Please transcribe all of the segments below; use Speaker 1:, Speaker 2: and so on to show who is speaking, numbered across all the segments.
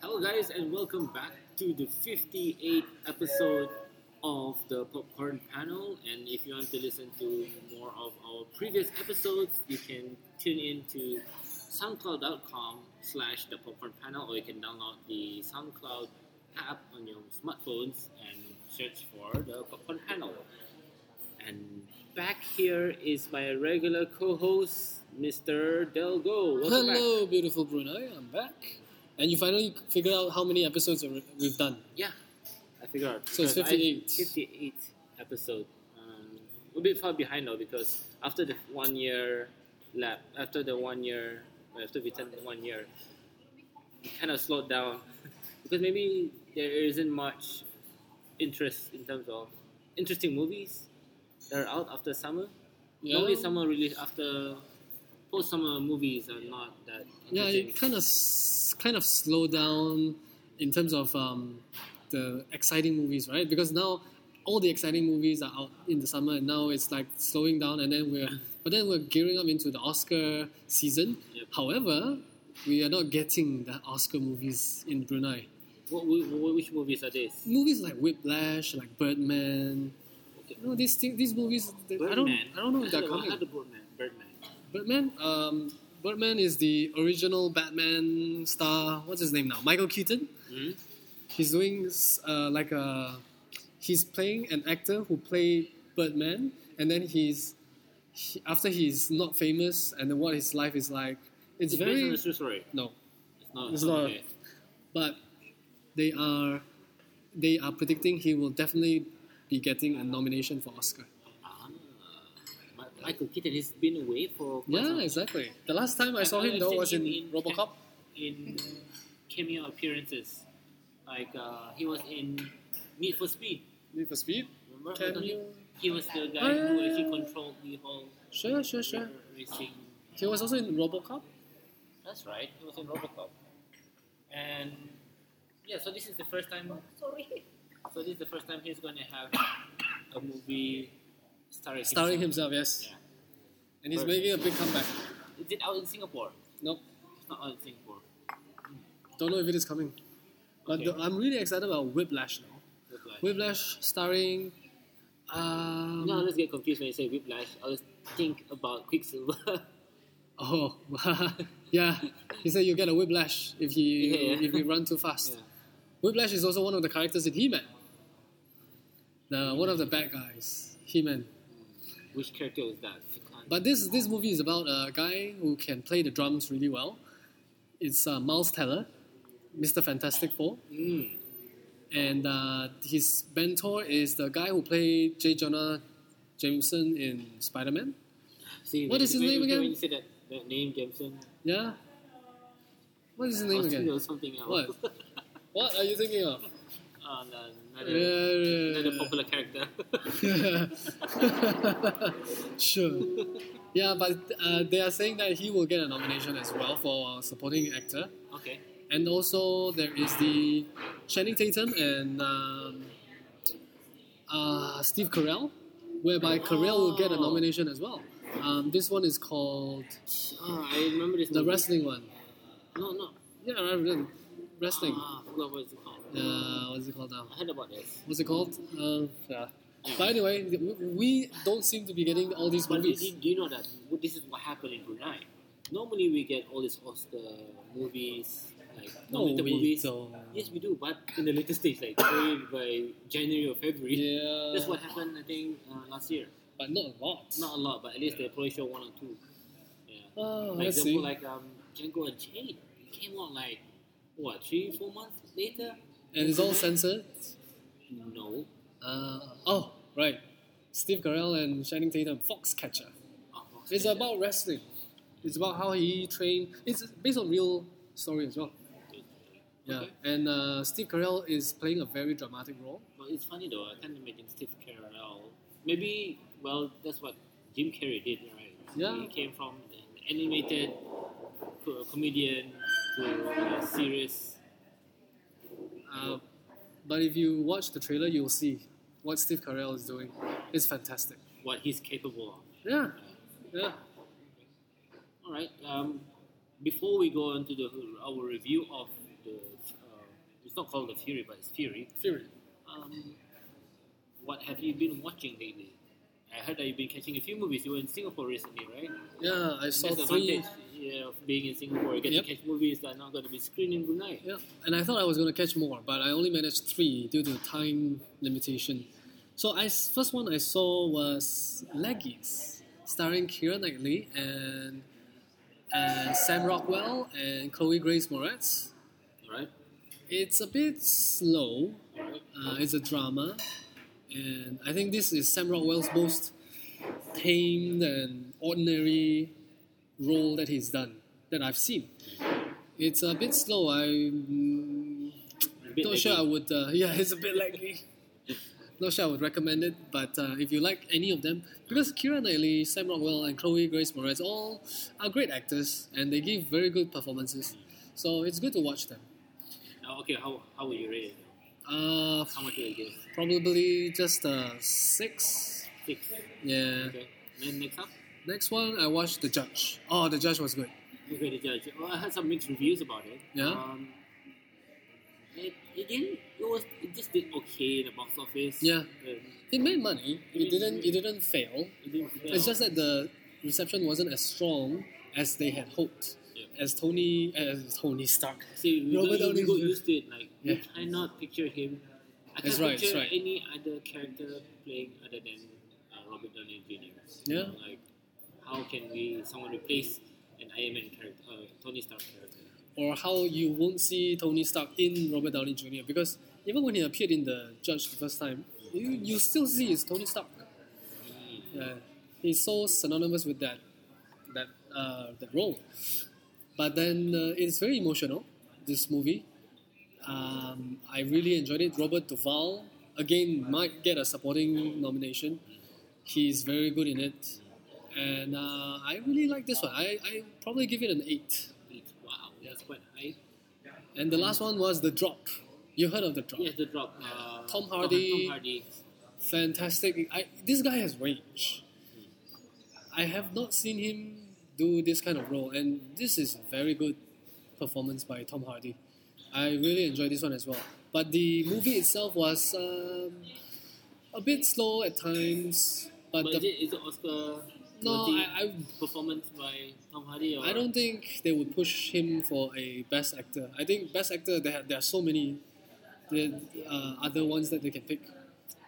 Speaker 1: Hello, guys, and welcome back to the 58th episode of the Popcorn Panel. And if you want to listen to more of our previous episodes, you can tune in to soundcloud.com slash the popcorn panel, or you can download the SoundCloud app on your smartphones and search for the Popcorn Panel. And back here is my regular co-host, Mr. Delgo. Welcome back.
Speaker 2: Hello, beautiful Bruno. I'm back. And you finally figured out how many episodes are- we've done.
Speaker 1: Yeah, I figured. out.
Speaker 2: So it's
Speaker 1: Because I-
Speaker 2: 58.
Speaker 1: 58 episode. Um, a bit far behind though because after the one year lap, after the one year, after we turned one year, we kind of slowed down because maybe there isn't much interest in terms of interesting movies that are out after summer. Normally, summer release after post summer movies are not that.
Speaker 2: yeah,
Speaker 1: interesting.
Speaker 2: it kind of s- kind of slow down in terms of um, the exciting movies, right? Because now all the exciting movies are out in the summer, and now it's like slowing down. And then we're but then we're gearing up into the Oscar season.
Speaker 1: Yep.
Speaker 2: However, we are not getting the Oscar movies in Brunei.
Speaker 1: What, what, which movies are these?
Speaker 2: movies like Whiplash, like Birdman. You know, these thing, these movies. They, I don't.
Speaker 1: Birdman.
Speaker 2: I don't know if
Speaker 1: I
Speaker 2: they're
Speaker 1: heard about- I heard
Speaker 2: coming.
Speaker 1: about Birdman. Birdman.
Speaker 2: Birdman. Um, Birdman is the original Batman star. What's his name now? Michael Keaton.
Speaker 1: Mhm.
Speaker 2: He's doing uh, like a. He's playing an actor who played Birdman, and then he's he, after he's not famous, and then what his life is like. It's,
Speaker 1: It's based on
Speaker 2: very
Speaker 1: a true story.
Speaker 2: no.
Speaker 1: It's not.
Speaker 2: It's not.
Speaker 1: okay.
Speaker 2: but they are they are predicting he will definitely be getting a nomination for Oscar.
Speaker 1: Ah, Ma- Michael Keaton has been away for quite some-
Speaker 2: Yeah, exactly. The last time I saw
Speaker 1: I've
Speaker 2: him though
Speaker 1: seen
Speaker 2: was in
Speaker 1: him in-
Speaker 2: RoboCop.
Speaker 1: in cameo appearances. Like uh, he was in Need for Speed.
Speaker 2: Need for Speed.
Speaker 1: Remember?
Speaker 2: Cameo.
Speaker 1: He was the guy
Speaker 2: Oh, yeah,
Speaker 1: who
Speaker 2: yeah,
Speaker 1: actually
Speaker 2: yeah.
Speaker 1: controlled the whole
Speaker 2: Sure, sure, sure.
Speaker 1: racing.
Speaker 2: He was also in RoboCop.
Speaker 1: That's right. He was in RoboCop. And yeah, so this is the first time.
Speaker 3: Sorry.
Speaker 1: So this is the first time he's gonna have a movie starring
Speaker 2: Starring
Speaker 1: himself.
Speaker 2: himself, yes.
Speaker 1: Yeah.
Speaker 2: And he's
Speaker 1: Right.
Speaker 2: making a big comeback.
Speaker 1: Is it out in Singapore?
Speaker 2: Nope.
Speaker 1: It's not out in Singapore.
Speaker 2: Don't know if it is coming. But
Speaker 1: Okay.
Speaker 2: the- I'm really excited about Whiplash now.
Speaker 1: Whiplash.
Speaker 2: Whiplash starring um,
Speaker 1: No, I always get confused when you say Whiplash. I always think about Quicksilver.
Speaker 2: Oh, yeah. He said you get a whiplash if you
Speaker 1: Yeah, yeah.
Speaker 2: if you run too fast.
Speaker 1: Yeah.
Speaker 2: Whiplash is also one of the characters in He-Man. The one of the bad guys, He-Man.
Speaker 1: Which character was that? I can't-
Speaker 2: But this this movie is about a guy who can play the drums really well. It's uh, Miles Teller, Mr. Fantastic Four,
Speaker 1: Mm.
Speaker 2: and uh, his mentor is the guy who played J. Jonah Jameson in Spider-Man.
Speaker 1: See,
Speaker 2: What
Speaker 1: when-
Speaker 2: is his
Speaker 1: when-
Speaker 2: name
Speaker 1: when-
Speaker 2: again?
Speaker 1: When you say that, that name, Jameson,
Speaker 2: Yeah. What is his
Speaker 1: I
Speaker 2: name
Speaker 1: was thinking
Speaker 2: again?
Speaker 1: of something else.
Speaker 2: What? What are you thinking of?
Speaker 1: uh, no, another, another
Speaker 2: Yeah.
Speaker 1: popular character.
Speaker 2: sure. Yeah, but uh, they are saying that he will get a nomination as well for supporting actor.
Speaker 1: okay.
Speaker 2: And also there is the Channing Tatum and um, uh, Steve Carell, whereby Carell will get a
Speaker 1: Oh.
Speaker 2: nomination as well. Um, this one is called
Speaker 1: Ah, I remember this.
Speaker 2: the
Speaker 1: movie.
Speaker 2: wrestling one.
Speaker 1: No, no.
Speaker 2: Yeah, right, wrestling.
Speaker 1: Ah, I forgot what it's called.
Speaker 2: Uh, what's it called now?
Speaker 1: I heard about this.
Speaker 2: What's it called? Um, yeah. But anyway, we- we don't seem to be getting all these
Speaker 1: But
Speaker 2: movies.
Speaker 1: did, did you know that w- this is what happened in Brunei? Normally, we get all these Oscar movies, like nominated movies.
Speaker 2: don't.
Speaker 1: Yes, we do, but in the later stage, like probably by January or February.
Speaker 2: Yeah.
Speaker 1: That's what happened, I think, uh, last year.
Speaker 2: But not a lot.
Speaker 1: Not a lot, but at least they probably show one or two. Yeah.
Speaker 2: Oh,
Speaker 1: like,
Speaker 2: let's
Speaker 1: example,
Speaker 2: see.
Speaker 1: like um, Django Unchained came out like what three, four months later.
Speaker 2: and it's all censored.
Speaker 1: No.
Speaker 2: Uh, oh, right. Steve Carell and Channing Tatum, Foxcatcher.
Speaker 1: Oh,
Speaker 2: It's about wrestling. It's about how he trained. It's based on real story as well. Yeah.
Speaker 1: Okay.
Speaker 2: And uh, Steve Carell is playing a very dramatic role.
Speaker 1: But it's funny though. I can't imagine Steve Carell. Maybe well, that's what Jim Carrey did, right?
Speaker 2: Yeah.
Speaker 1: He came from an animated co- comedian to a serious.
Speaker 2: Uh, but if you watch the trailer, you'll see what Steve Carell is doing. It's fantastic.
Speaker 1: What he's capable of.
Speaker 2: Yeah. Yeah.
Speaker 1: All right. Um, before we go on to the, our review of the um, not called the Fury, but it's Fury.
Speaker 2: Fury.
Speaker 1: Um, what have you been watching lately? I heard that you've been catching a few movies. You were in Singapore recently, right?
Speaker 2: Yeah, I saw
Speaker 1: That's the
Speaker 2: three.
Speaker 1: advantage yeah, of being in Singapore. You get
Speaker 2: Yep.
Speaker 1: to catch movies that are not going to be screened in Brunei.
Speaker 2: Yeah, and I thought I was going to catch more, but I only managed three due to time limitation. So I s- first one I saw was Leggies, starring Keira Knightley and and Sam Rockwell and Chloe Grace Moretz.
Speaker 1: Right?
Speaker 2: It's a bit slow.
Speaker 1: Right?
Speaker 2: Uh, it's a drama, and I think this is Sam Rockwell's most tame and ordinary role that he's done that I've seen. It's a bit slow. I mm,
Speaker 1: A bit
Speaker 2: not
Speaker 1: like
Speaker 2: sure I
Speaker 1: it.
Speaker 2: would. Uh, yeah, it's a bit laggy. not sure I would recommend it, but uh, if you like any of them, because Kira Knightley, Sam Rockwell, and Chloe Grace Moretz all are great actors, and they give very good performances. So it's good to watch them.
Speaker 1: Oh, okay, how, how would you rate it?
Speaker 2: Uh,
Speaker 1: How much would you give?
Speaker 2: probably just a six.
Speaker 1: Six.
Speaker 2: Yeah.
Speaker 1: Okay. Then next up,
Speaker 2: Next one, I watched The Judge. Oh, The Judge was good.
Speaker 1: you got to judge. Well, I had some mixed reviews about it.
Speaker 2: Yeah.
Speaker 1: Um, it, it didn't. It was. It just did okay in the box office.
Speaker 2: Yeah.
Speaker 1: Um,
Speaker 2: It made money.
Speaker 1: Mm.
Speaker 2: It didn't. It didn't fail.
Speaker 1: it didn't fail.
Speaker 2: It's just that the reception wasn't as strong as they had hoped.
Speaker 1: Yeah.
Speaker 2: As Tony, as Tony Stark.
Speaker 1: See, we
Speaker 2: Robert
Speaker 1: got, we
Speaker 2: Downey
Speaker 1: got
Speaker 2: Jr.
Speaker 1: used to it. Like, we
Speaker 2: Yeah.
Speaker 1: cannot picture him. I
Speaker 2: That's
Speaker 1: can't
Speaker 2: right,
Speaker 1: picture
Speaker 2: that's right.
Speaker 1: any other character playing other than uh, Robert Downey Jr.
Speaker 2: Yeah.
Speaker 1: You know, like, how can we someone replace an Iron Man character, uh, Tony Stark character?
Speaker 2: Or how you won't see Tony Stark in Robert Downey Jr. Because even when he appeared in The Judge the first time, you, you still see it's Tony Stark. Yeah. He's so synonymous with that that uh, that role. But then uh, it's very emotional. This movie, um, I really enjoyed it. Robert Duvall again might get a supporting nomination. He's very good in it, and uh, I really like this one. I I probably give it an eight.
Speaker 1: It's- Wow, that's quite high.
Speaker 2: And the last one was the drop. You heard of the drop?
Speaker 1: Yes, the drop. Uh,
Speaker 2: Tom Hardy.
Speaker 1: Tom Hardy.
Speaker 2: fantastic. I, this guy has range. I have not seen him do this kind of role, and this is a very good performance by Tom Hardy. I really enjoyed this one as well. But the movie itself was um, a bit slow at times. But,
Speaker 1: But is,
Speaker 2: the,
Speaker 1: it, is it Oscar?
Speaker 2: no,
Speaker 1: worthy
Speaker 2: I,
Speaker 1: performance by Tom Hardy. Or
Speaker 2: I, I don't think they would push him for a best actor. I think best actor there there are so many the, uh, other ones that they can pick,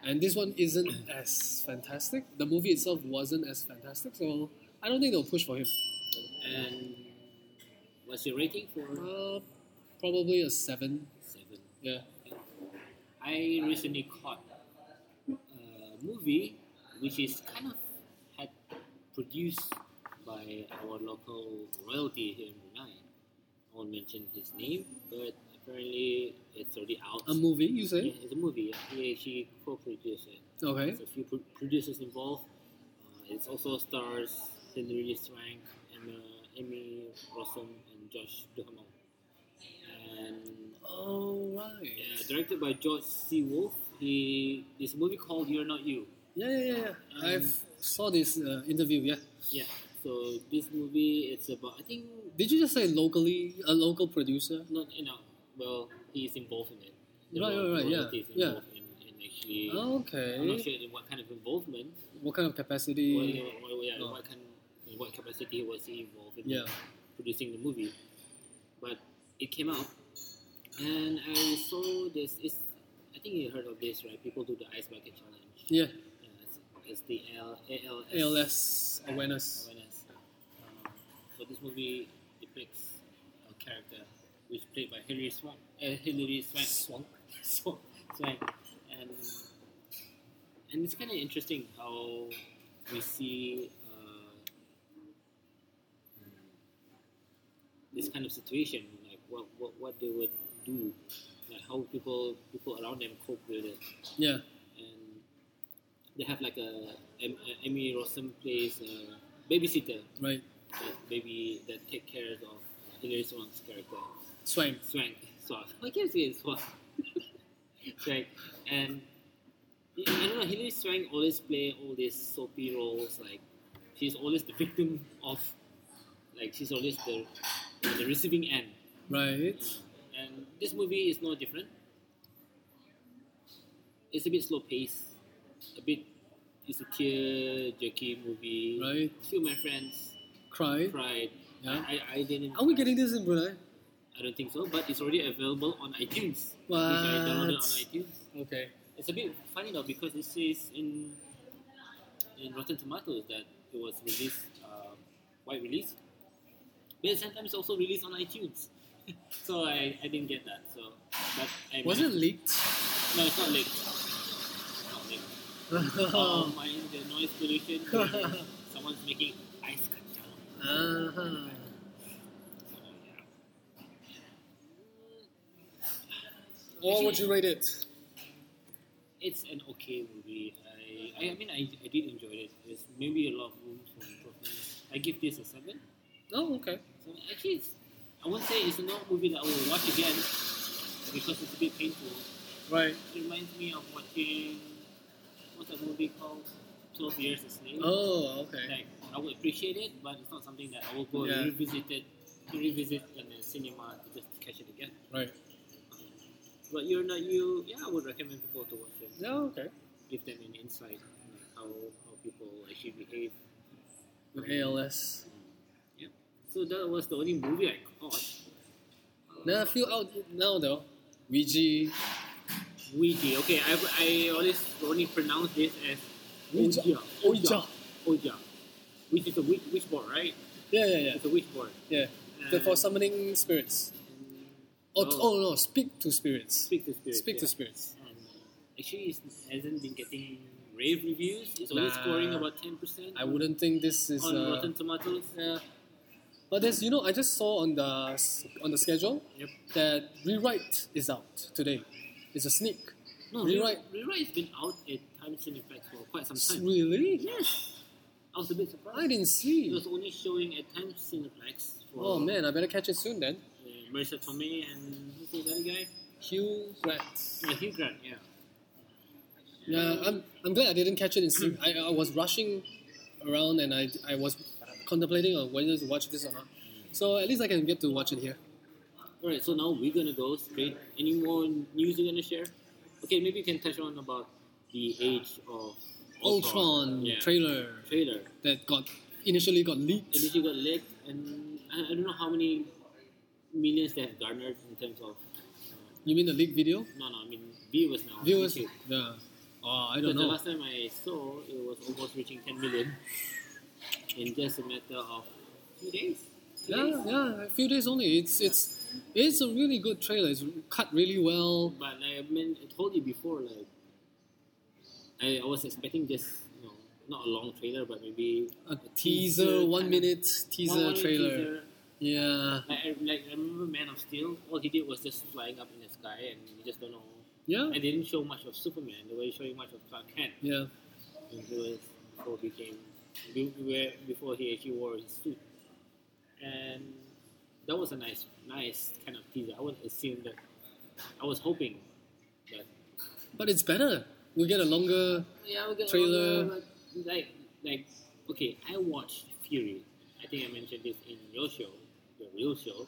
Speaker 2: and this one isn't as fantastic. The movie itself wasn't as fantastic, so I don't think they'll push for him.
Speaker 1: And what's your rating for
Speaker 2: Uh, probably a seven.
Speaker 1: seven?
Speaker 2: Yeah.
Speaker 1: I recently caught a movie which is kind of had produced by our local royalty here in Brunei. I won't mention his name, but apparently it's already out.
Speaker 2: A movie, you
Speaker 1: yeah,
Speaker 2: say?
Speaker 1: it's a movie. Yeah. He actually co-produced it.
Speaker 2: Okay.
Speaker 1: There's a few pro- producers involved. Uh, it also stars Hilary Swank, Emma, Amy Rossum, and Josh Duhamel. And
Speaker 2: All right.
Speaker 1: yeah, Uh, directed by George C. Wolfe. He this movie called You're Not You.
Speaker 2: Yeah, yeah, yeah.
Speaker 1: Um,
Speaker 2: yeah. I've saw this uh, interview. Yeah.
Speaker 1: Yeah. So this movie it's about I think
Speaker 2: Did you just say locally a local producer?
Speaker 1: not you know well he's involved in it.
Speaker 2: Right, right, right, yeah,
Speaker 1: royalties
Speaker 2: yeah.
Speaker 1: involved in, in actually. I'm not
Speaker 2: Okay.
Speaker 1: sure in what kind of involvement.
Speaker 2: What kind of capacity?
Speaker 1: What, you know, what, yeah,
Speaker 2: No.
Speaker 1: what kind, in what capacity was he involved in
Speaker 2: Yeah.
Speaker 1: producing the movie? But it came out, and I saw this. It's, I think you heard of this, right? People do the ice bucket challenge.
Speaker 2: Yeah.
Speaker 1: Yeah, it's, it's the L, ALS.
Speaker 2: ALS awareness.
Speaker 1: awareness. Um, so this movie depicts a character which played by Hilary Swank. Uh, Hilary Swank. Swank. Swank. And and it's kind of interesting how we see uh, this kind of situation, like what, what what they would do, like how people people around them cope with it
Speaker 2: Yeah.
Speaker 1: and they have like a Em- uh, Emmy Rossum plays a babysitter
Speaker 2: Right.
Speaker 1: that baby that take care of uh, Hilary Swank's character
Speaker 2: Swank.
Speaker 1: Swank Swank I can't say it's Swank Swank and I don't know Hilary Swank always play all these soapy roles like she's always the victim of like she's always the the receiving end
Speaker 2: Right.
Speaker 1: and this movie is no different it's a bit slow paced, a bit. It's a tear jerky movie.
Speaker 2: right?
Speaker 1: A few of my friends
Speaker 2: Cry.
Speaker 1: cried.
Speaker 2: Yeah.
Speaker 1: I, I didn't.
Speaker 2: Are we
Speaker 1: cry.
Speaker 2: getting this in Brunei?
Speaker 1: I don't think so, but it's already available on iTunes.
Speaker 2: What?
Speaker 1: Which I downloaded on iTunes.
Speaker 2: Okay.
Speaker 1: It's a bit funny though because it says in in Rotten Tomatoes that it was released um, wide release, but sometimes it's also released on iTunes. so I, I didn't get that. So but I
Speaker 2: Was it leaked?
Speaker 1: No, it's not leaked. It's not leaked. Oh,
Speaker 2: uh-huh.
Speaker 1: mind the noise pollution. Someone's making ice kacang. So yeah.
Speaker 2: What would you rate it?
Speaker 1: it's an okay movie. I, I, I mean, I, I did enjoy it. There's maybe a lot of room for improvement. I give this a seven.
Speaker 2: Oh, okay.
Speaker 1: So actually, it's, I won't say it's not a movie that I will watch again because it's a bit painful.
Speaker 2: Right.
Speaker 1: It reminds me of watching what's that movie called? Twelve Years a Slave.
Speaker 2: Oh, okay.
Speaker 1: Like I would appreciate it, but it's not something that I will go
Speaker 2: Yeah.
Speaker 1: and revisit it, revisit in the cinema to just catch it again.
Speaker 2: Right.
Speaker 1: But you're not you. Yeah, I would recommend people to watch it.
Speaker 2: Yeah, okay.
Speaker 1: give them an insight like how, how people actually behave.
Speaker 2: With ALS.
Speaker 1: So that was the only movie I caught.
Speaker 2: There are a few out now though. Ouija.
Speaker 1: Ouija. Okay, I, I always only pronounce this as
Speaker 2: Ouija.
Speaker 1: Ouija. Ouija. Which is a witch, witch board, right?
Speaker 2: Yeah, yeah, yeah.
Speaker 1: It's a witch board.
Speaker 2: Yeah.
Speaker 1: And
Speaker 2: The for summoning spirits. Oh, t- oh no, speak to spirits.
Speaker 1: Speak to spirit.
Speaker 2: Speak
Speaker 1: yeah.
Speaker 2: to spirits.
Speaker 1: And actually, it hasn't been getting rave reviews. It's only
Speaker 2: Nah.
Speaker 1: scoring about 10%
Speaker 2: I wouldn't think this is
Speaker 1: on
Speaker 2: uh,
Speaker 1: Rotten Tomatoes.
Speaker 2: Yeah. But there's, you know, I just saw on the s- on the schedule
Speaker 1: Yep.
Speaker 2: that rewrite is out today. It's a sneak.
Speaker 1: No,
Speaker 2: Rewrite.
Speaker 1: Rewrite. Rewrite has been out at Time Cineplex for quite some
Speaker 2: S-
Speaker 1: time.
Speaker 2: Really?
Speaker 1: Yes. I was a bit surprised.
Speaker 2: I didn't
Speaker 1: It
Speaker 2: see.
Speaker 1: was only showing at Times Cineplex for
Speaker 2: Oh man, I better catch it soon then.
Speaker 1: uh, Marissa Tomei and who's the other guy?
Speaker 2: Hugh Grant.
Speaker 1: Yeah, Hugh Grant, yeah.
Speaker 2: Yeah, I'm, I'm glad I didn't catch it in sync. I, I was rushing around and I, I was contemplating on whether to watch this or not. So at least I can get to watch it here.
Speaker 1: Alright, so now we're gonna go straight. Any more news you're gonna share? Okay, maybe you can touch on about the age of
Speaker 2: Ultron
Speaker 1: Yeah.
Speaker 2: trailer
Speaker 1: trailer.
Speaker 2: that got initially got leaked.
Speaker 1: It literally got leaked, and I, I don't know how many millions they have garnered in terms of.
Speaker 2: You mean the leaked video?
Speaker 1: No, no, I mean viewers now. on
Speaker 2: Viewers?
Speaker 1: YouTube.
Speaker 2: Yeah. Oh, I
Speaker 1: Because
Speaker 2: don't
Speaker 1: the
Speaker 2: know.
Speaker 1: last time I saw, it was almost reaching 10 million in just a matter of two days. Two days.
Speaker 2: Yeah, yeah, a few days only. It's it's it's a really good trailer. It's cut really well.
Speaker 1: But I mean, I told you before, like, I, I was expecting just, you know, not a long trailer, but maybe
Speaker 2: A teaser,
Speaker 1: kind
Speaker 2: one
Speaker 1: of-
Speaker 2: minute teaser
Speaker 1: one- one
Speaker 2: trailer.
Speaker 1: teaser.
Speaker 2: Yeah,
Speaker 1: Like I, like, I remember Man of Steel, all he did was just flying up in the sky, and you just don't know.
Speaker 2: yeah,
Speaker 1: And they didn't show much of Superman, they were showing much of Clark Kent.
Speaker 2: yeah.
Speaker 1: And he was before he became be- where- before he actually wore his suit. And that was a nice, nice kind of teaser. I would assume that I was hoping that
Speaker 2: But it's better. We get a longer.
Speaker 1: yeah, we got
Speaker 2: Trailer.
Speaker 1: all the- like like okay, I watched Fury. I think I mentioned this in your show, the real show,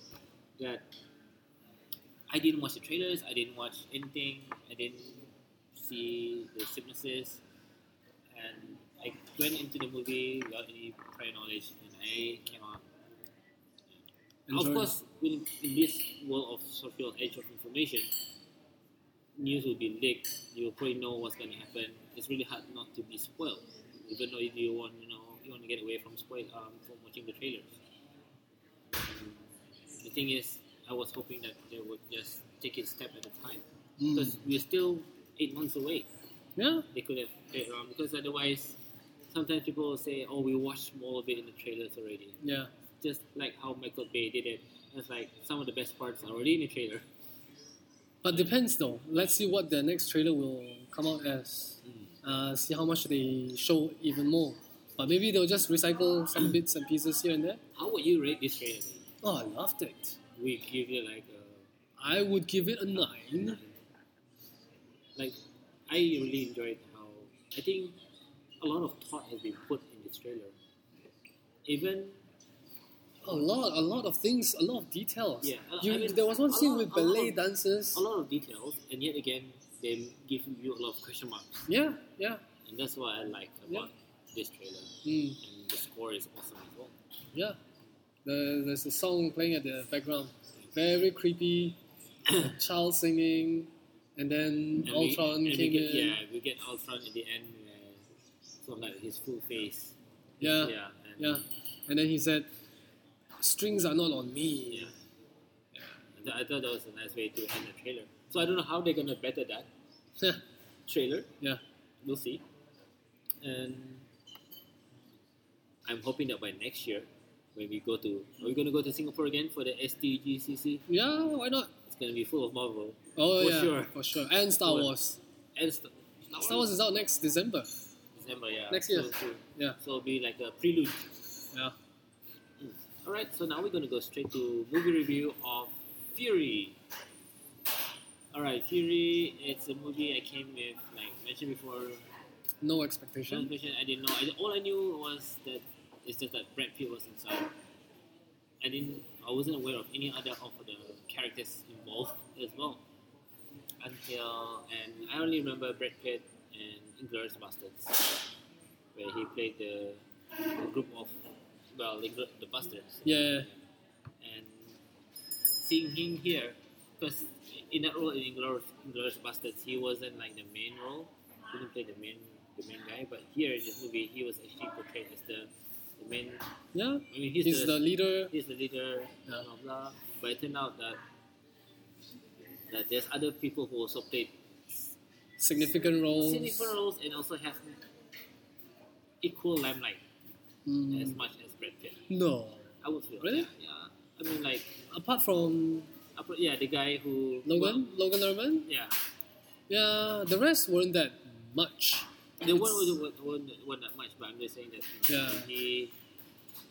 Speaker 1: that I didn't watch the trailers. I didn't watch anything. I didn't see the synopsis, and I went into the movie without any prior knowledge, and I came out
Speaker 2: enjoy-
Speaker 1: of course, in, in this world of social age of information, news will be leaked. You'll probably know what's going to happen. It's really hard not to be spoiled, even though you want you know you want to get away from spoil um, from watching the trailers. The thing is, I was hoping that they would just take it step at a time
Speaker 2: Mm.
Speaker 1: because we're still eight months away
Speaker 2: Yeah,
Speaker 1: they could have played around because otherwise, sometimes people will say, "Oh, we watched more of it in the trailers already."
Speaker 2: yeah.
Speaker 1: just like how Michael Bay did it. It's like some of the best parts are already in the trailer.
Speaker 2: But depends though. Let's see what the next trailer will come out as. Uh, see how much they show even more. But maybe they'll just recycle some bits and pieces here and there.
Speaker 1: How would you rate this trailer?
Speaker 2: Oh, I loved it.
Speaker 1: We give it like a
Speaker 2: I would give it a nine.
Speaker 1: like. I really enjoyed how I think a lot of thought has been put in this trailer. Even
Speaker 2: A lot, a lot of things, a lot of details.
Speaker 1: Yeah, I-
Speaker 2: you,
Speaker 1: I mean,
Speaker 2: there was one
Speaker 1: a
Speaker 2: scene
Speaker 1: lot- a
Speaker 2: with
Speaker 1: lot
Speaker 2: ballet
Speaker 1: of-
Speaker 2: dancers.
Speaker 1: a lot of details, and yet again, they give you a lot of question marks,
Speaker 2: Yeah, yeah.
Speaker 1: and that's what I like about this trailer.
Speaker 2: Mm,
Speaker 1: And the score is awesome as well.
Speaker 2: yeah. The, there's a song playing at the background. Very creepy. a child singing. And then
Speaker 1: And we- and
Speaker 2: Ultron
Speaker 1: we
Speaker 2: came
Speaker 1: get,
Speaker 2: in.
Speaker 1: Yeah, we get Ultron at the end, uh, sort of like his full face.
Speaker 2: Yeah,
Speaker 1: yeah, and,
Speaker 2: yeah. And then he said, strings are not on me.
Speaker 1: yeah. And I thought that was a nice way to end the trailer. So I don't know how they're gonna better that
Speaker 2: Yeah.
Speaker 1: trailer.
Speaker 2: yeah.
Speaker 1: We'll see. And I'm hoping that by next year, when we go to, are we gonna go to Singapore again for the SDGCC?
Speaker 2: why not?
Speaker 1: It's gonna be full of Marvel
Speaker 2: Oh,
Speaker 1: For
Speaker 2: yeah.
Speaker 1: sure.
Speaker 2: For sure. And Star
Speaker 1: For-
Speaker 2: Wars.
Speaker 1: and Star,
Speaker 2: Star Wars is out next December.
Speaker 1: December, yeah.
Speaker 2: Next
Speaker 1: So-
Speaker 2: year.
Speaker 1: so-
Speaker 2: Yeah.
Speaker 1: so it'll be like a prelude.
Speaker 2: Yeah.
Speaker 1: All right, so now we're gonna go straight to movie review of Fury. All right, Fury. It's a movie I came with, like mentioned before.
Speaker 2: No expectation.
Speaker 1: Transmission. I didn't know. I, all I knew was that it's just that Brad Pitt was inside. I didn't. I wasn't aware of any other of the characters involved as well. Until and I only remember Brad Pitt and Inglourious Bastards, where he played the, the group of well, the, gr- the Bastards
Speaker 2: Yeah.
Speaker 1: and seeing him here, because in that role in Inglourious, Inglourious Bastards, he wasn't like the main role. He didn't play the main the main guy, but here in this movie, he was actually portrayed as the, the main.
Speaker 2: Yeah.
Speaker 1: I mean, he's,
Speaker 2: He's, the, leader.
Speaker 1: he's the leader, blah
Speaker 2: Yeah.
Speaker 1: blah blah. But it turned out that that there's other people who also played
Speaker 2: Significant roles.
Speaker 1: significant roles and also have equal limelight
Speaker 2: Mm,
Speaker 1: as much as Brad Pitt.
Speaker 2: No.
Speaker 1: I would feel
Speaker 2: Really?
Speaker 1: yeah. I mean, like,
Speaker 2: Apart from
Speaker 1: upper- yeah, the guy who
Speaker 2: Logan, Logan Lerman,
Speaker 1: Yeah,
Speaker 2: yeah, the rest weren't that much.
Speaker 1: they
Speaker 2: It's-
Speaker 1: won not won won that much, but I'm just saying that you know,
Speaker 2: Yeah.
Speaker 1: he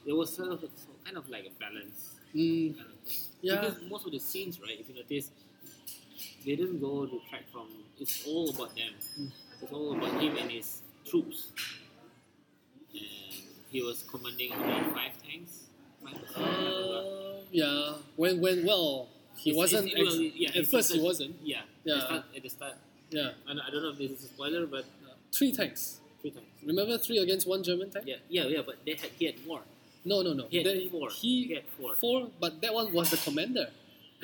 Speaker 1: there was sort of so kind of like a balance
Speaker 2: Mm,
Speaker 1: kind of thing.
Speaker 2: yeah,
Speaker 1: Because most of the scenes, right? If you notice, they didn't go to track from. It's all about them.
Speaker 2: Mm.
Speaker 1: It's all about him and his troops. And he was commanding about five tanks. Five or something like that.
Speaker 2: uh, yeah. When when well, he
Speaker 1: It's-
Speaker 2: wasn't.
Speaker 1: it's- well,
Speaker 2: ex-
Speaker 1: yeah,
Speaker 2: at
Speaker 1: it's
Speaker 2: first, he
Speaker 1: just-
Speaker 2: wasn't.
Speaker 1: Yeah, At
Speaker 2: Yeah.
Speaker 1: the start, at the start.
Speaker 2: Yeah,
Speaker 1: I don't- I don't know if this is a spoiler, but uh,
Speaker 2: three tanks.
Speaker 1: three tanks.
Speaker 2: Remember three against one German tank?
Speaker 1: Yeah, yeah, yeah. But they had he had more.
Speaker 2: No, no, no.
Speaker 1: He had
Speaker 2: Then
Speaker 1: four.
Speaker 2: He,
Speaker 1: He had four.
Speaker 2: but that one was the commander.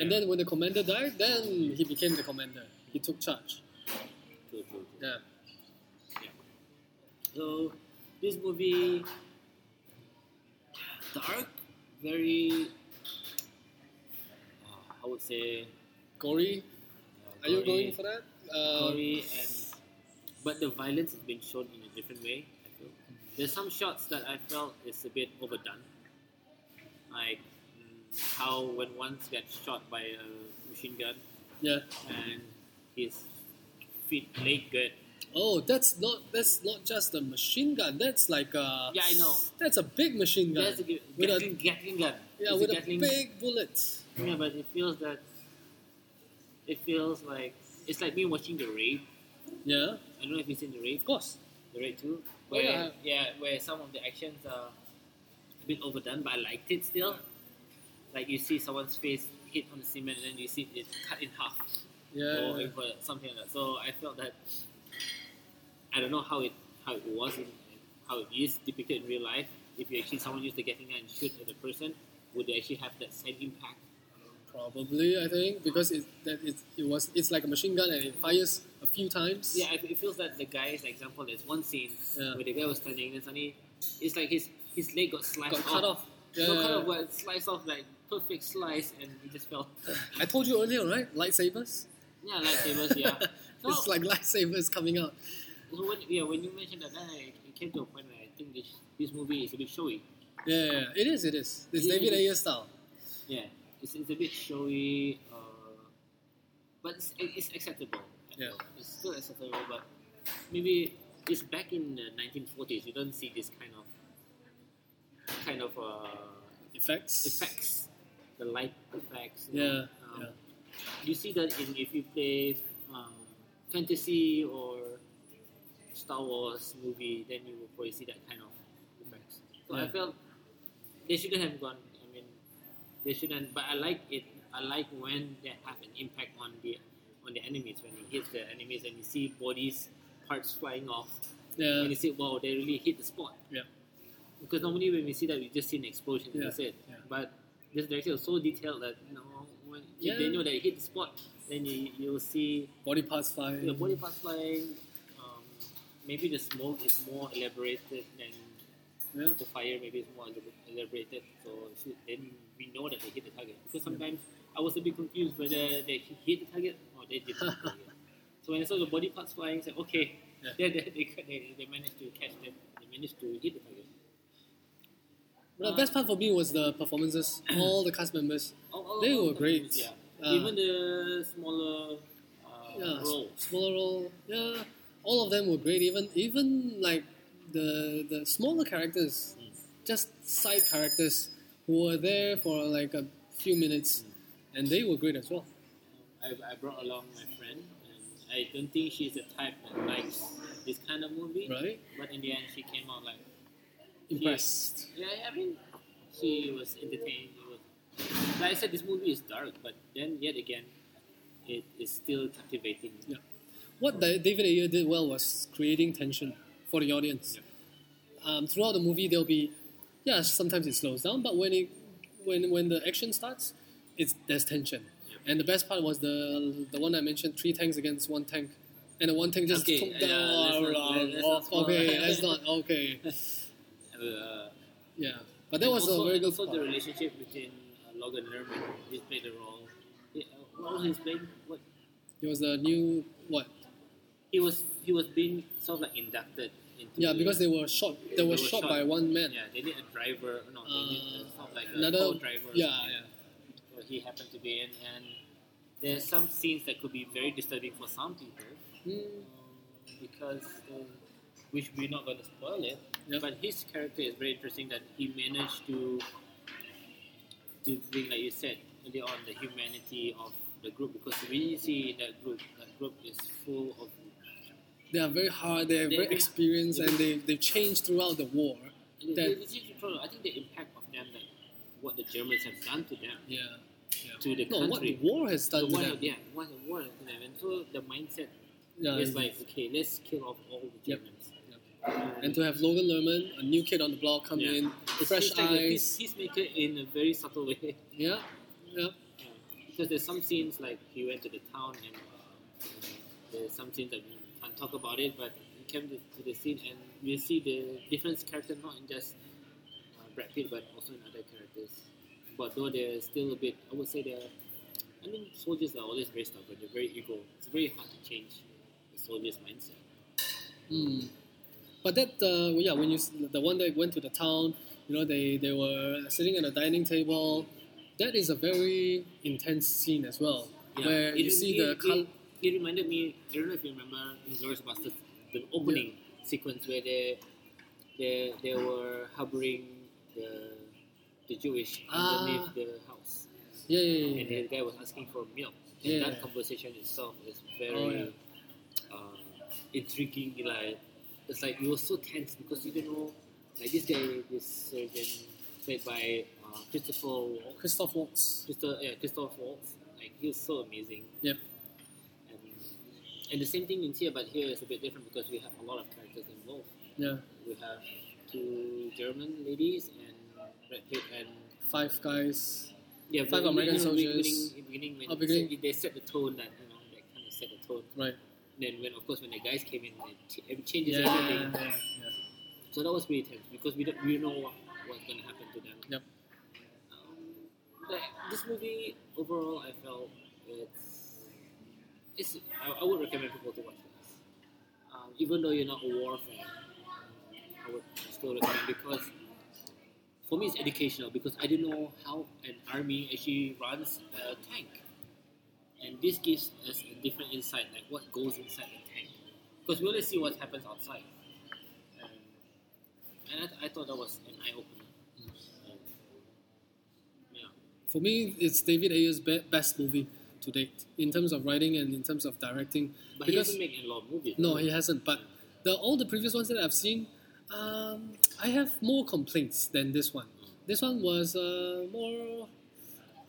Speaker 2: And
Speaker 1: Yeah.
Speaker 2: then when the commander died, then he became the commander. He took charge.
Speaker 1: True, true, true.
Speaker 2: Yeah.
Speaker 1: So this movie dark, very uh, I would say
Speaker 2: Gory.
Speaker 1: uh,
Speaker 2: Are you
Speaker 1: gory-
Speaker 2: going for that? Uh,
Speaker 1: gory and but the violence has been shown in a different way, I feel. There's some shots that I felt is a bit overdone. Like mm, how when once gets shot by a machine gun
Speaker 2: Yeah.
Speaker 1: and his feet leg get
Speaker 2: Oh, that's not that's not just a machine gun. That's like a
Speaker 1: Yeah, I know.
Speaker 2: That's a big machine gun.
Speaker 1: That's a g-
Speaker 2: With a-
Speaker 1: Gatling, Gatling gun.
Speaker 2: yeah,
Speaker 1: It's
Speaker 2: with a
Speaker 1: Gatling-
Speaker 2: big bullet.
Speaker 1: Yeah, but it feels that it feels like it's like me watching the raid.
Speaker 2: Yeah,
Speaker 1: I don't know if you've seen the raid,
Speaker 2: of course.
Speaker 1: the raid too.
Speaker 2: Oh,
Speaker 1: Where
Speaker 2: yeah.
Speaker 1: where some of the actions are a bit overdone, but I liked it still. Like you see someone's face hit on the cement, and then you see it cut in half
Speaker 2: Yeah,
Speaker 1: or or something like that. So I felt that I don't know how it how it was in, how it is depicted in real life. If you actually someone used the getting gun and shoot at the person, would they actually have that same impact?
Speaker 2: probably I think because it that it, it was it's like a machine gun and it fires a few times.
Speaker 1: Yeah, it it feels that the guy's example. There's one scene
Speaker 2: Yeah.
Speaker 1: where the guy was standing, and suddenly it's like his his leg got sliced
Speaker 2: got cut off. Yeah.
Speaker 1: Not cut off, but it sliced off like perfect slice, and he just fell.
Speaker 2: I told you earlier, right? Lightsabers.
Speaker 1: Yeah, lightsabers. Yeah. So,
Speaker 2: it's like lightsabers coming out.
Speaker 1: so when yeah when you mentioned that, then I, it came to a point where I think this this movie is a bit showy.
Speaker 2: Yeah, yeah, yeah. it is. It is. It's
Speaker 1: Yeah,
Speaker 2: David
Speaker 1: it
Speaker 2: Ayer style.
Speaker 1: Yeah, it's, it's a bit showy, uh, but it's, it- it's acceptable.
Speaker 2: Yeah.
Speaker 1: it's still acceptable, but maybe it's back in the 1940s. You don't see this kind of kind of uh,
Speaker 2: Effects.
Speaker 1: effects, the light effects. you
Speaker 2: Yeah.
Speaker 1: know. Um,
Speaker 2: yeah.
Speaker 1: You see that in if you play um, fantasy or Star Wars movie, then you will probably see that kind of effects. So I
Speaker 2: Yeah.
Speaker 1: felt they shouldn't have gone. I mean, they shouldn't. But I like it. I like when they have an impact on the on the enemies when he hits the enemies and you see bodies, parts flying off, and
Speaker 2: Yeah.
Speaker 1: you say, "Wow, they really hit the spot."
Speaker 2: Yeah.
Speaker 1: Because normally when we see that, we just see an explosion. and
Speaker 2: Yeah.
Speaker 1: That's it.
Speaker 2: Yeah.
Speaker 1: But this director was so detailed that you know, when if they
Speaker 2: Yeah.
Speaker 1: know that it hit the spot, then you you'll see
Speaker 2: Body parts flying.
Speaker 1: the body parts flying. Um, maybe the smoke is more elaborated than
Speaker 2: Yeah.
Speaker 1: the fire. Maybe it's more elab- elaborated. So she- then we know that they hit the target. Because sometimes I was a bit confused whether they hit the target or they didn't. hit the target. So when I saw the body parts flying, I said, okay,
Speaker 2: Yeah.
Speaker 1: they, they, they, ca- they, they managed to catch them. They managed to hit the target. Uh,
Speaker 2: But the best part for me was the performances. All the cast members,
Speaker 1: All- all-
Speaker 2: They
Speaker 1: all
Speaker 2: were
Speaker 1: the
Speaker 2: great.
Speaker 1: things, Yeah.
Speaker 2: Uh,
Speaker 1: Even the smaller uh,
Speaker 2: yeah,
Speaker 1: roles.
Speaker 2: smaller role, yeah, all of them were great. Even even like the the smaller characters,
Speaker 1: Mm.
Speaker 2: just side characters who were there for like a few minutes, and they were great as well.
Speaker 1: I, I brought along my friend, and I don't think she's the type that likes this kind of movie.
Speaker 2: Right?
Speaker 1: But in the end, she came out like,
Speaker 2: Impressed.
Speaker 1: yeah, I mean, she was entertained. It was, like I said, this movie is dark, but then yet again, it is still captivating.
Speaker 2: Yeah. What Da- David Ayer did well was creating tension for the audience. Um, throughout the movie, there'll be yeah. Sometimes it slows down, but when it when when the action starts, it's there's tension.
Speaker 1: Yeah.
Speaker 2: And the best part was the the one I mentioned: three tanks against one tank, and the one tank just
Speaker 1: Okay,
Speaker 2: took
Speaker 1: yeah,
Speaker 2: down.
Speaker 1: let's not- let- let's not spoil.
Speaker 2: okay, let's not. Okay,
Speaker 1: Uh,
Speaker 2: yeah. But that was
Speaker 1: also,
Speaker 2: a
Speaker 1: and
Speaker 2: very good
Speaker 1: also
Speaker 2: part.
Speaker 1: the relationship between uh, Logan Lerman, he played the role. He, uh, what was he playing? What
Speaker 2: It was the new what?
Speaker 1: he was he was being sort of like inducted into.
Speaker 2: Yeah, because they were shot. They were, shot, by one man.
Speaker 1: yeah, they need a driver. No, they need
Speaker 2: Uh,
Speaker 1: a, sort of like a
Speaker 2: Another
Speaker 1: co-driver.
Speaker 2: yeah, yeah.
Speaker 1: yeah. He happened to be in, and there's some scenes that could be very disturbing for some people.
Speaker 2: Hmm,
Speaker 1: because um, which we're not going to spoil it.
Speaker 2: Yep.
Speaker 1: But his character is very interesting that he managed to to bring, like you said earlier on, the humanity of the group because we see that group that group is full of
Speaker 2: they are very hard. They are
Speaker 1: They-
Speaker 2: very
Speaker 1: they-
Speaker 2: experienced,
Speaker 1: they-
Speaker 2: and they they changed throughout the war.
Speaker 1: and
Speaker 2: That-
Speaker 1: it- it's just from- I think the impact of them that what the Germans have done to them
Speaker 2: Yeah.
Speaker 1: to the
Speaker 2: No, what the
Speaker 1: country.
Speaker 2: war has
Speaker 1: The
Speaker 2: done to
Speaker 1: war-
Speaker 2: them.
Speaker 1: yeah, what the war has done to them, and so the mindset
Speaker 2: Yeah,
Speaker 1: is like, okay, let's kill off all the
Speaker 2: Yep.
Speaker 1: Germans.
Speaker 2: Yep.
Speaker 1: Um,
Speaker 2: and to have Logan Lerman, a new kid on the block, come
Speaker 1: Yeah.
Speaker 2: in,
Speaker 1: it's
Speaker 2: fresh
Speaker 1: just like a
Speaker 2: eyes.
Speaker 1: peace- peacemaker in a very subtle way.
Speaker 2: Yeah, yeah,
Speaker 1: Because there's some scenes like he went to the town and uh, there's some scenes that we can't talk about it, but he came to, to the scene and we see the different character not in just uh, Brad Pitt but also in other characters. But though they're still a bit, I would say they're. I mean, soldiers are always very stubborn. They're very ego. It's very hard to change the soldier's mindset.
Speaker 2: Hmm. But that, uh, well, yeah, when you s- the one that went to the town, you know, they they were sitting at a dining table. That is a very intense scene as well,
Speaker 1: Yeah.
Speaker 2: where
Speaker 1: It-
Speaker 2: you see
Speaker 1: it-
Speaker 2: the
Speaker 1: it-
Speaker 2: col-
Speaker 1: It reminded me. I don't know if you remember in Glorious Bastards, the opening sequence where they they they were harboring the the Jewish
Speaker 2: Ah.
Speaker 1: underneath the house,
Speaker 2: yeah, yeah, yeah,
Speaker 1: and
Speaker 2: yeah,
Speaker 1: the guy was asking for milk. And
Speaker 2: Yeah.
Speaker 1: that conversation itself is very
Speaker 2: Oh, yeah.
Speaker 1: um, intriguing. Like it's like you were so tense because you didn't know. Like this guy, this surgeon played by uh, Christopher Walken.
Speaker 2: Christoph Waltz.
Speaker 1: Christoph, yeah, Christoph Waltz. Like he was so amazing.
Speaker 2: Yep.
Speaker 1: And, and the same thing in here, but here is a bit different because we have a lot of characters involved.
Speaker 2: Yeah,
Speaker 1: We have two German ladies and Brad Pitt and
Speaker 2: five guys.
Speaker 1: yeah,
Speaker 2: Five
Speaker 1: but
Speaker 2: American
Speaker 1: in the
Speaker 2: soldiers.
Speaker 1: Beginning, in the beginning when
Speaker 2: Oh,
Speaker 1: they
Speaker 2: beginning.
Speaker 1: set- they set the tone that you know they kind of set the tone.
Speaker 2: Right.
Speaker 1: Then when of course when the guys came in, it, ch- it changes
Speaker 2: Yeah,
Speaker 1: everything.
Speaker 2: yeah, yeah, yeah.
Speaker 1: So that was pretty tense because we don't we don't know what, what's gonna happen to them.
Speaker 2: Yep.
Speaker 1: Um, but this movie overall, I felt it's it's I, I would recommend people to watch this. Um, even though you're not a war fan, I would still recommend because for me it's educational because I didn't know how an army actually runs a tank, and this gives us a different insight like what goes inside the tank because we only see what happens outside. Um, and I, I thought that was an eye opener. Yeah.
Speaker 2: For me, it's David Ayer's be- best movie to date in terms of writing and in terms of directing.
Speaker 1: But
Speaker 2: Because-
Speaker 1: he doesn't make a lot of movies.
Speaker 2: No, he hasn't. But the all the previous ones that I've seen, um, I have more complaints than this one. This one was uh, more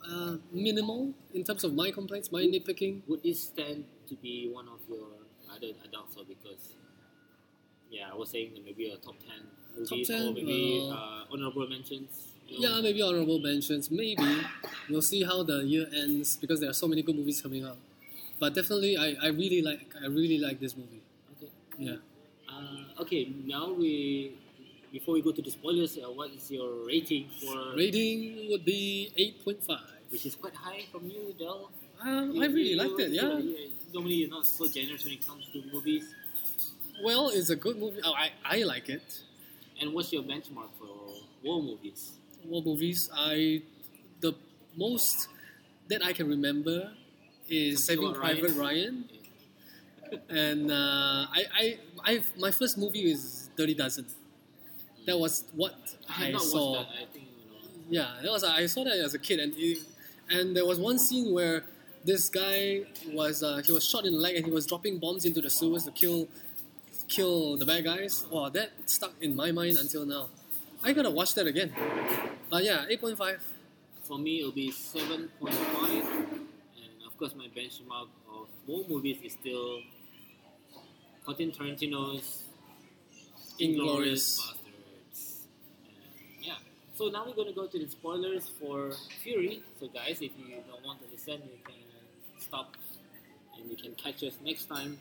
Speaker 2: uh, minimal in terms of my complaints, my nitpicking.
Speaker 1: Would this stand to be one of your? I don't. I doubt so because. Yeah, I was saying that maybe a top ten movies or
Speaker 2: 10,
Speaker 1: maybe
Speaker 2: well-
Speaker 1: uh, honorable mentions. you know?
Speaker 2: Yeah, maybe honorable mentions. Maybe we'll see how the year ends because there are so many good movies coming out. But definitely, I, I really like I really like this movie.
Speaker 1: Okay.
Speaker 2: Yeah.
Speaker 1: Uh, okay. Now we, before we go to the spoilers, uh, what is your rating for?
Speaker 2: Rating would be eight point five.
Speaker 1: Which is quite high from you, Del.
Speaker 2: Um,
Speaker 1: You-
Speaker 2: I
Speaker 1: you-
Speaker 2: really liked
Speaker 1: you-
Speaker 2: it. Yeah.
Speaker 1: you- Normally, you're not so generous when it comes to movies.
Speaker 2: Well, it's a good movie. Oh, I I like it.
Speaker 1: And what's your benchmark for war movies?
Speaker 2: War movies. I the most that I can remember is Saving
Speaker 1: Something about
Speaker 2: Private Ryan. And uh, I, I, I, my first movie is Dirty Dozen. That was what
Speaker 1: I have
Speaker 2: I
Speaker 1: not
Speaker 2: saw.
Speaker 1: watched that. I think you know.
Speaker 2: Yeah, that was I saw that as a kid, and it, and there was one scene where this guy was uh, he was shot in the leg and he was dropping bombs into the sewers to kill kill the bad guys. Wow, that stuck in my mind until now. I gotta watch that again. But yeah, eight point five.
Speaker 1: For me, it'll be seven point five, and of course, my benchmark of war movies is still Quentin Tarantino's
Speaker 2: Inglorious.
Speaker 1: Bastards. And yeah. So now we're gonna go to the spoilers for Fury. So guys, if you don't want to listen, you can stop, and you can catch us next time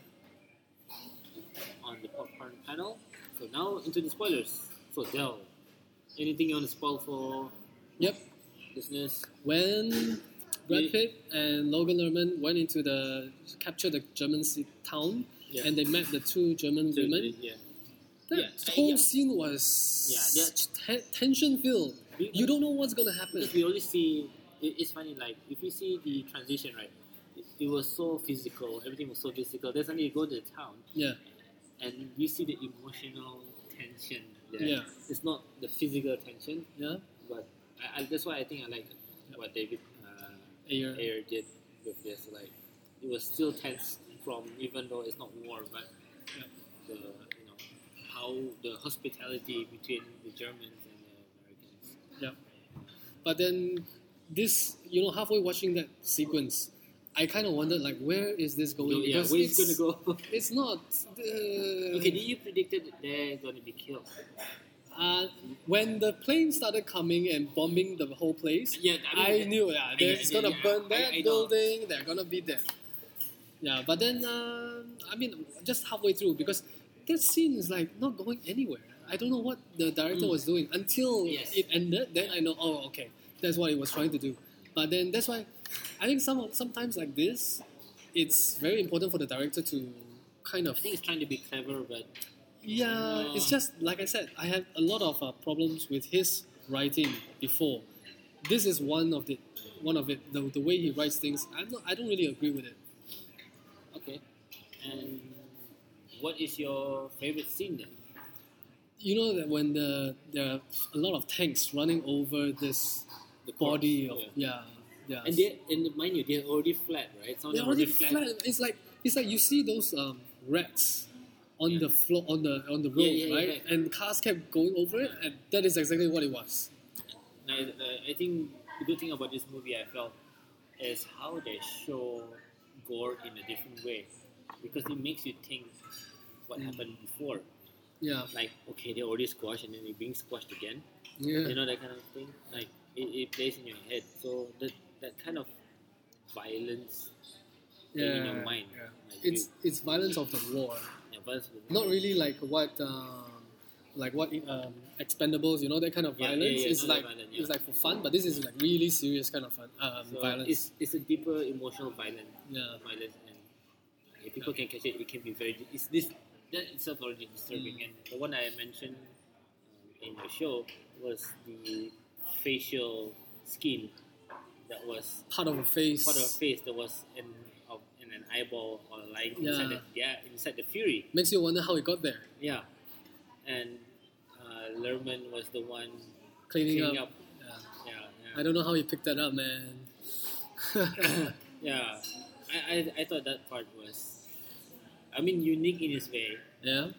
Speaker 1: on the popcorn panel. So now into the spoilers. So Del, anything you want to spoil for
Speaker 2: Yep.
Speaker 1: listeners?
Speaker 2: When Brad
Speaker 1: Yeah.
Speaker 2: Pitt and Logan Lerman went into the capture the German ci- town
Speaker 1: Yeah.
Speaker 2: and they met the two German
Speaker 1: So,
Speaker 2: women.
Speaker 1: Yeah.
Speaker 2: That
Speaker 1: Yeah.
Speaker 2: whole
Speaker 1: Yeah.
Speaker 2: scene was
Speaker 1: Yeah, that-
Speaker 2: te- tension filled.
Speaker 1: We-
Speaker 2: You don't know what's gonna happen.
Speaker 1: Because we only see, it, it's funny, like, if we see the transition, right, it, it was so physical, everything was so physical. Then suddenly you go to the town,
Speaker 2: Yeah,
Speaker 1: and you see the emotional tension there.
Speaker 2: Yeah.
Speaker 1: It's not the physical tension,
Speaker 2: yeah.
Speaker 1: but I, I, that's why I think I like what David uh,
Speaker 2: Ayer.
Speaker 1: Ayer did with this. Like, it was still tense from, even though it's not war, but
Speaker 2: Yeah.
Speaker 1: the, you know, how the hospitality between the Germans and the Americans.
Speaker 2: But then this, you know, halfway watching that sequence, I kind of wondered like, where is this going?
Speaker 1: yeah,
Speaker 2: Because
Speaker 1: where it's
Speaker 2: it's-
Speaker 1: gonna go?
Speaker 2: It's not. Uh,
Speaker 1: Okay, did you predicted that they're gonna be killed?
Speaker 2: Uh, when the plane started coming and bombing the whole place,
Speaker 1: Yeah,
Speaker 2: I knew yeah, they're
Speaker 1: yeah,
Speaker 2: gonna
Speaker 1: yeah,
Speaker 2: burn
Speaker 1: I-
Speaker 2: that
Speaker 1: I know.
Speaker 2: building. They're gonna be there. Yeah, but then um I mean, just halfway through because that scene is like not going anywhere. I don't know what the director
Speaker 1: Mm.
Speaker 2: was doing until
Speaker 1: Yes.
Speaker 2: it ended. Then I know, oh, okay, that's what he was trying to do. But then that's why I think some sometimes like this, it's very important for the director to kind of
Speaker 1: I think it's trying to be clever, but
Speaker 2: yeah,
Speaker 1: Uh,
Speaker 2: it's just like I said, I had a lot of uh, problems with his writing before. This is one of the one of it. The, the way he writes things, I'm not, I don't really agree with it.
Speaker 1: okay. And what is your favorite scene then?
Speaker 2: You know that when the there are a lot of tanks running over this
Speaker 1: The corpse,
Speaker 2: body of
Speaker 1: yeah.
Speaker 2: yeah yeah,
Speaker 1: And they and mind you, they're already flat, right? Some of
Speaker 2: They're
Speaker 1: them
Speaker 2: already flat. It's like it's like you see those um, wrecks on
Speaker 1: Yeah.
Speaker 2: the floor on the on the road,
Speaker 1: Yeah, yeah,
Speaker 2: right?
Speaker 1: yeah.
Speaker 2: And cars kept going over it, and that is exactly what it was.
Speaker 1: Now, uh, I think the good thing about this movie I felt is how they show gore in a different way, because it makes you think what
Speaker 2: Mm.
Speaker 1: happened before.
Speaker 2: Yeah,
Speaker 1: Like, okay, they already squashed and then they're being squashed again.
Speaker 2: yeah.
Speaker 1: you know that kind of thing like it, it plays in your head so that that kind of violence thing in your mind
Speaker 2: yeah.
Speaker 1: like
Speaker 2: It's it's violence of the war,
Speaker 1: you, yeah, violence with-
Speaker 2: not really like what um, like what um, expendables, you know, that kind of
Speaker 1: Yeah, yeah,
Speaker 2: violence.
Speaker 1: yeah,
Speaker 2: it's
Speaker 1: not that
Speaker 2: like
Speaker 1: violent,
Speaker 2: it's
Speaker 1: yeah.
Speaker 2: like for fun, but this is like really serious kind of fun, um,
Speaker 1: so
Speaker 2: violence.
Speaker 1: it's it's a deeper emotional violence uh,
Speaker 2: yeah,
Speaker 1: violence and uh, if people can catch it it can be very it's this that itself already disturbing
Speaker 2: Mm.
Speaker 1: and the one I mentioned um, in your show was the facial skin that was
Speaker 2: part of a face.
Speaker 1: part of her face that was in of in an eyeball or like inside
Speaker 2: Yeah.
Speaker 1: the, yeah inside the fury
Speaker 2: Makes you wonder how it got there.
Speaker 1: Yeah, and uh, Lerman was the one
Speaker 2: Cleaning,
Speaker 1: cleaning up.
Speaker 2: up. Yeah.
Speaker 1: Yeah,
Speaker 2: I
Speaker 1: yeah,
Speaker 2: don't know how he picked that up, man.
Speaker 1: yeah. I, I, I thought that part was, I mean, unique in its way
Speaker 2: yeah,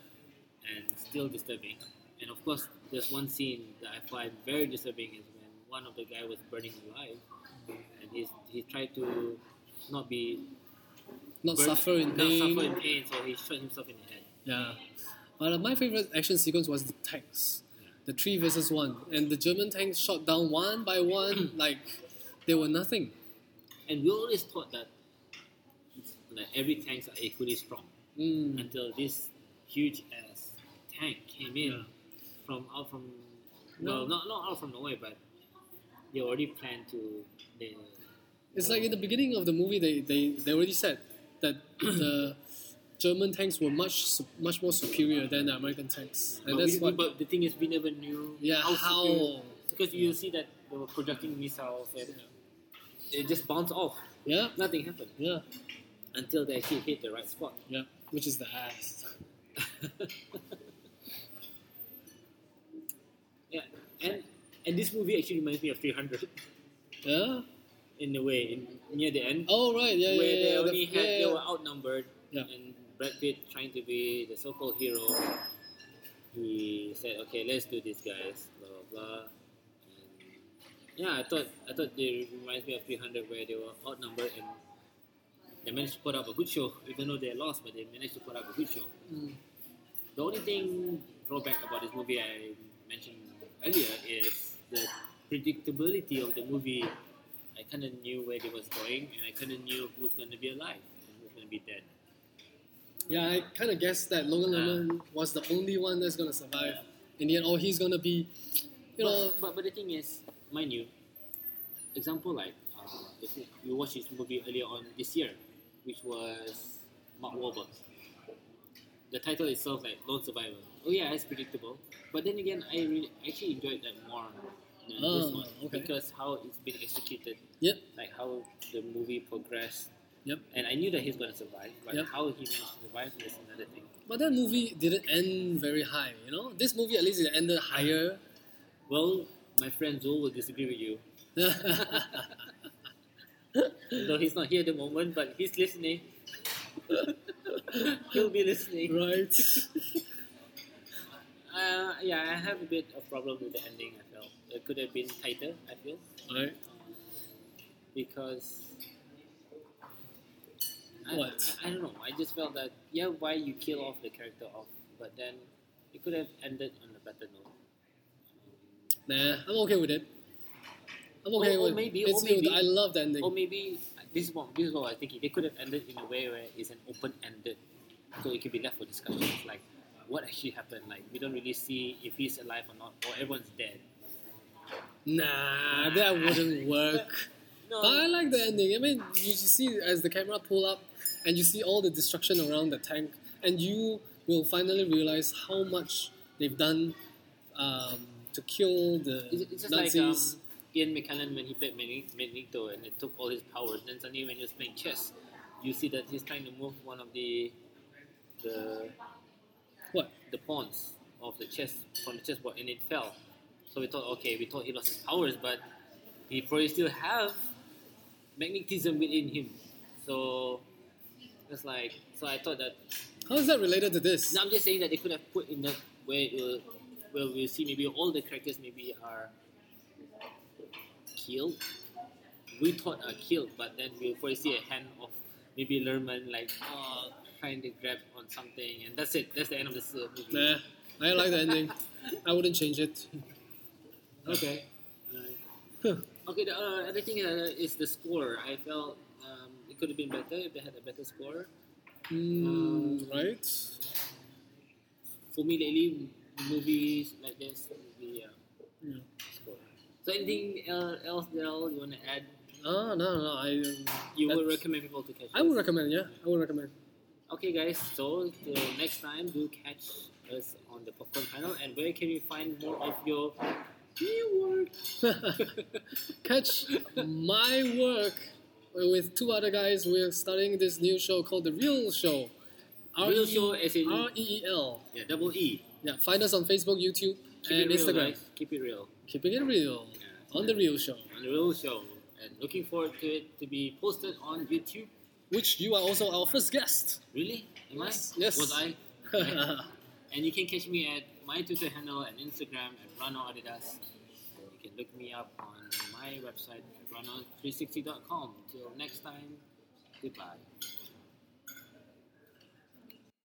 Speaker 1: and still disturbing. And of course, there's one scene that I find very disturbing is when one of the guy was burning alive, and he he tried to not be
Speaker 2: Not
Speaker 1: burnt-
Speaker 2: suffer in pain.
Speaker 1: Not suffer in pain, so he shot himself in the head.
Speaker 2: Yeah. But uh, my favorite action sequence was the tanks, the three versus one, and the German tanks shot down one by one like they were nothing.
Speaker 1: And we always thought that that every tanks are equally strong
Speaker 2: Mm.
Speaker 1: until this huge ass tank came in
Speaker 2: Yeah.
Speaker 1: from out from
Speaker 2: No.
Speaker 1: well not not out from nowhere but they already planned to they,
Speaker 2: It's like in the beginning of the movie, they, they, they already said that the German tanks were much su- much more superior than the American tanks, and
Speaker 1: but,
Speaker 2: that's
Speaker 1: we-
Speaker 2: what
Speaker 1: but the thing is we never knew
Speaker 2: yeah how,
Speaker 1: superior- because you see that they were projecting missiles and it just bounced off
Speaker 2: yeah
Speaker 1: nothing happened
Speaker 2: yeah
Speaker 1: until they actually hit the right spot
Speaker 2: yeah which is the ass
Speaker 1: yeah and and this movie actually reminds me of 300
Speaker 2: yeah
Speaker 1: in a way in, near the end
Speaker 2: oh right yeah
Speaker 1: where
Speaker 2: yeah
Speaker 1: they
Speaker 2: yeah, yeah, the-
Speaker 1: only had
Speaker 2: yeah,
Speaker 1: they
Speaker 2: yeah.
Speaker 1: were outnumbered,
Speaker 2: Yeah.
Speaker 1: and Brad Pitt trying to be the so-called hero. He said, "Okay, let's do this, guys." Blah blah blah. And yeah, I thought I thought they reminds me of 300 where they were outnumbered and they managed to put up a good show, even though they lost, but they managed to put up a good show.
Speaker 2: Mm.
Speaker 1: The only thing drawback about this movie I mentioned earlier is the predictability of the movie. I kind of knew where it was going, and I kind of knew who's going to be alive and who's going to be dead.
Speaker 2: Yeah, I kind of guessed that Logan
Speaker 1: Ah.
Speaker 2: Lerman was the only one that's gonna survive in the end, or he's gonna be, you know,
Speaker 1: but, but but the thing is, mind you, example like uh, if you- you watched this movie earlier on this year, which was Mark Wahlberg. The title itself, like Lone Survivor. Oh yeah, it's predictable. But then again, I really actually enjoyed that more than this
Speaker 2: Oh,
Speaker 1: one
Speaker 2: okay.
Speaker 1: because how it's been executed.
Speaker 2: Yep.
Speaker 1: Like how the movie progressed.
Speaker 2: Yep.
Speaker 1: And I knew that he's gonna survive, but
Speaker 2: Yep.
Speaker 1: how he managed to survive is another thing.
Speaker 2: but that movie didn't end very high, you know. This movie at least it ended higher.
Speaker 1: Well, my friend Zul will disagree with you. No, he's not here at the moment, but he's listening. He'll be listening.
Speaker 2: right.
Speaker 1: Uh, yeah, I have a bit of problem with the ending. I felt it could have been tighter. I feel
Speaker 2: Right.
Speaker 1: because I,
Speaker 2: What?
Speaker 1: I, I don't know. I just felt that yeah, why you kill off the character off, but then it could have ended on a better note.
Speaker 2: Nah, I'm okay with it. I'm okay
Speaker 1: Or- or
Speaker 2: with
Speaker 1: maybe-
Speaker 2: it's
Speaker 1: or
Speaker 2: good.
Speaker 1: maybe-
Speaker 2: I love the ending.
Speaker 1: Or maybe this is what this is what I think. They could have ended in a way where it's an open ended, so it could be left for discussion. Like, what actually happened? Like, we don't really see if he's alive or not, or everyone's dead.
Speaker 2: Nah, that wouldn't work.
Speaker 1: No,
Speaker 2: But I like the ending. I mean, you just see as the camera pull up, and you see all the destruction around the tank, and you will finally realize how much they've done um, to kill the
Speaker 1: it's, it's just
Speaker 2: Nazis.
Speaker 1: like um, Ian McKellen when he played Magni- Magneto and it took all his powers. Then suddenly when he was playing chess, you see that he's trying to move one of the the
Speaker 2: what?
Speaker 1: the pawns of the chess from the chessboard and it fell. So we thought, okay, we thought he lost his powers, but he probably still have magnetism within him. So it's like so I thought that
Speaker 2: How is that related to this?
Speaker 1: now I'm just saying that they could have put in the where it will where we'll see maybe all the characters maybe are killed. We thought are killed, but then we'll probably see a hand of maybe Lerman like oh, trying to grab on something and that's it. That's the end of this uh, movie.
Speaker 2: Nah, I like the ending. I wouldn't change it.
Speaker 1: Okay. Alright. okay, the uh, other thing uh, is the score. I felt um, it could have been better if they had a better score.
Speaker 2: Mm,
Speaker 1: Um,
Speaker 2: right?
Speaker 1: For me lately, movies like this would be uh,
Speaker 2: Yeah.
Speaker 1: score. So anything el- else, Del, you want to add?
Speaker 2: No, no, no. I, um,
Speaker 1: You would
Speaker 2: that's-
Speaker 1: recommend people to catch
Speaker 2: I would
Speaker 1: us?
Speaker 2: recommend. Yeah, I would recommend.
Speaker 1: Okay, guys, so till next time, do catch us on the Popcorn Panel. And where can you find more of your new work?
Speaker 2: catch my work with two other guys. We're starting this new show called The Real Show.
Speaker 1: Real show as in-
Speaker 2: R E E L.
Speaker 1: Yeah, double E.
Speaker 2: Yeah, find us on Facebook, YouTube,
Speaker 1: Keep
Speaker 2: and
Speaker 1: it real,
Speaker 2: Instagram.
Speaker 1: guys. Keep it real.
Speaker 2: Keeping it real
Speaker 1: Yeah.
Speaker 2: on The Real Show,
Speaker 1: on the real show and looking forward to it to be posted on YouTube.
Speaker 2: which you are also our first guest.
Speaker 1: Really? Am
Speaker 2: Yes,
Speaker 1: I?
Speaker 2: yes.
Speaker 1: Was I?
Speaker 2: yeah,
Speaker 1: And you can catch me at my Twitter handle and Instagram at Rano Adidas. You can look me up on my website at Rana360.com. Till next time, goodbye.